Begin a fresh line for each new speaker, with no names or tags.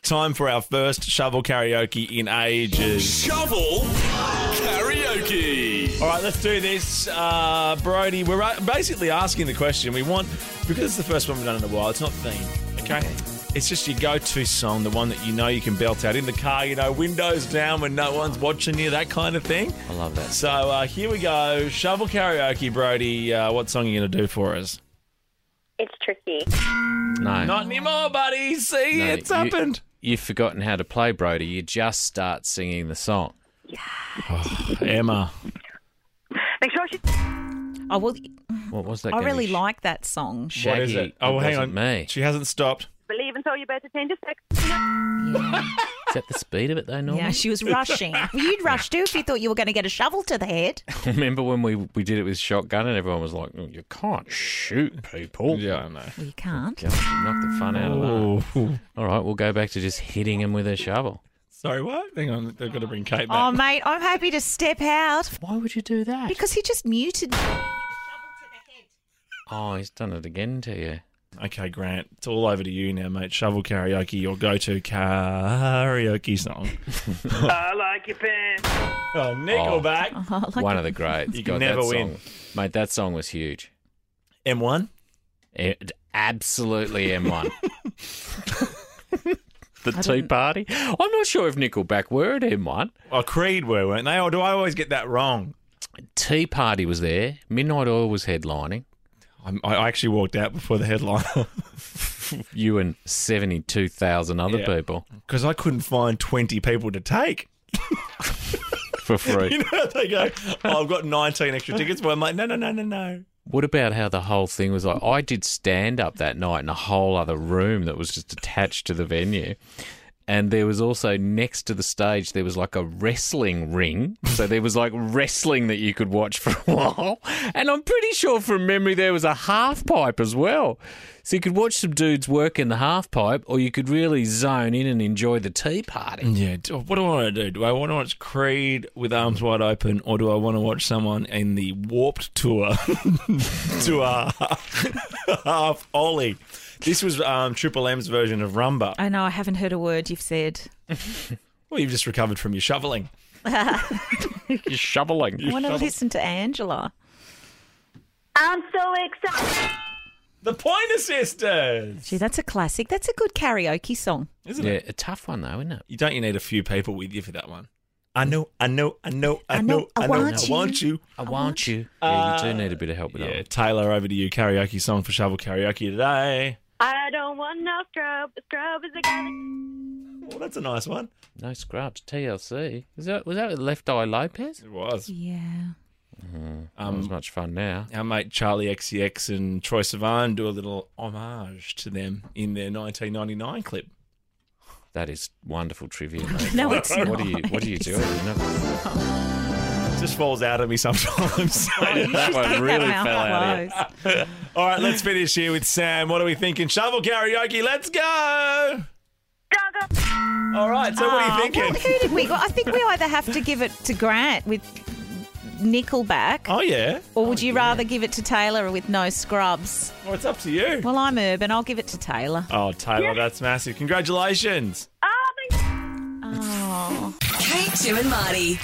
time for our first shovel karaoke in ages.
Shovel karaoke.
All right, let's do this, uh, Brody. We're uh, basically asking the question we want because it's the first one we've done in a while. It's not themed, okay? It's just your go-to song, the one that you know you can belt out in the car. You know, windows down when no one's watching you, that kind of thing.
I love that.
So uh, here we go, shovel karaoke, Brody. Uh, what song are you gonna do for us?
It's tricky.
No.
Not anymore, buddy. See,
No,
it's
you-
happened.
You've forgotten how to play, Brody. You just start singing the song.
Emma.
Make sure she.
Oh well,
What was that?
I
gonna be?
really
Sh-
like that song.
Shaggy.
what is it? Oh, hang
wasn't
on.
Me.
She hasn't stopped.
Believe until you better change your sex.
Is that the speed of it though, Norman?
Yeah, she was rushing. Well, You'd rush too if you thought you were going to get a shovel to the head.
Remember when we, we did it with shotgun and everyone was like, "Oh, "You can't shoot people."
I know.
Well, you can't.
God, you knocked the fun out of that. All right, we'll go back to just hitting him with a shovel.
Sorry, what? Um, Hang on, they've got to bring Kate back.
Oh, mate, I'm happy to step out
Why would you do that?
because he just muted me.
oh, he's done it again to you.
Okay, Grant, it's all over to you now, mate. Shovel karaoke, your go-to karaoke song.
I like your pants.
Oh, Nickelback.
Oh, like
One of the greats.
You can
God, that
never win.
song- mate. That song was huge.
M1.
It, absolutely M1. the
I
Tea
didn't-
Party. I'm not sure if Nickelback were at M1.
Oh, Creed were, weren't they? Or do I always get that wrong?
Tea Party was there. Midnight Oil was headlining.
I'm, I actually walked out before the headline
You and 72,000 other
Yeah.
people
because I couldn't find 20 people to take.
for free.
You know how they go, oh, I've got 19 extra tickets. But I'm like, no, no, no, no, no.
What about how the whole thing was like? I did stand up that night in a whole other room that was just attached to the venue. And there was also next to the stage, there was like a wrestling ring. So there was like wrestling that you could watch for a while. And I'm pretty sure from memory, there was a half pipe as well. So you could watch some dudes work in the half pipe, or you could really zone in and enjoy the tea party.
Yeah, do- what do I want to do? Do I want to watch Creed with arms wide open, or do I want to watch someone in the Warped Tour to a half ollie? This was um, Triple M's version of Rumba.
I know I haven't heard a word you've said.
Well, you've just recovered from your shoveling.
You're shoveling.
I want to listen to Angela.
I'm so excited.
The Pointer Sisters,
Gee, that's a classic. That's a good karaoke song.
isn't
Yeah,
it?
a tough one though, isn't it?
You don't you need a few people with you for that one? I know, I know, I know, I,
I
know,
know, I want
I want
you.
you.
I want you. Uh, Yeah, you do need a bit of help with that.
Yeah,
one.
Taylor, over to you. Karaoke song for shovel karaoke today.
I don't want no scrub. Scrub is a guy that
Well, that's a nice one.
No scrubs, TLC. Is that was that with Left Eye Lopez?
It was.
Yeah.
Um, was much fun now.
our mate Charlie XCX and Troy Sivan do a little homage to them in their 1999 clip.
That is wonderful trivia. Mate.
No, it's
what
not.
do you what do you do? That
It just falls out of me sometimes.
Oh,
one
That mouth closed.
All right, let's finish here with Sam. What are we thinking? Shovel karaoke, let's go!
don't go.
All right, so what are you
Oh, well,
thinking?
who did we? Well, I think we either have to give it to Grant with Nickelback,
Oh, yeah.
or would you rather give it to Taylor with No Scrubs?
Well, it's up to you.
Well, I'm urban. I'll give it to Taylor.
Oh, Taylor, that's massive. Congratulations.
Oh, my
Oh.
Kate, Jim, and Marty.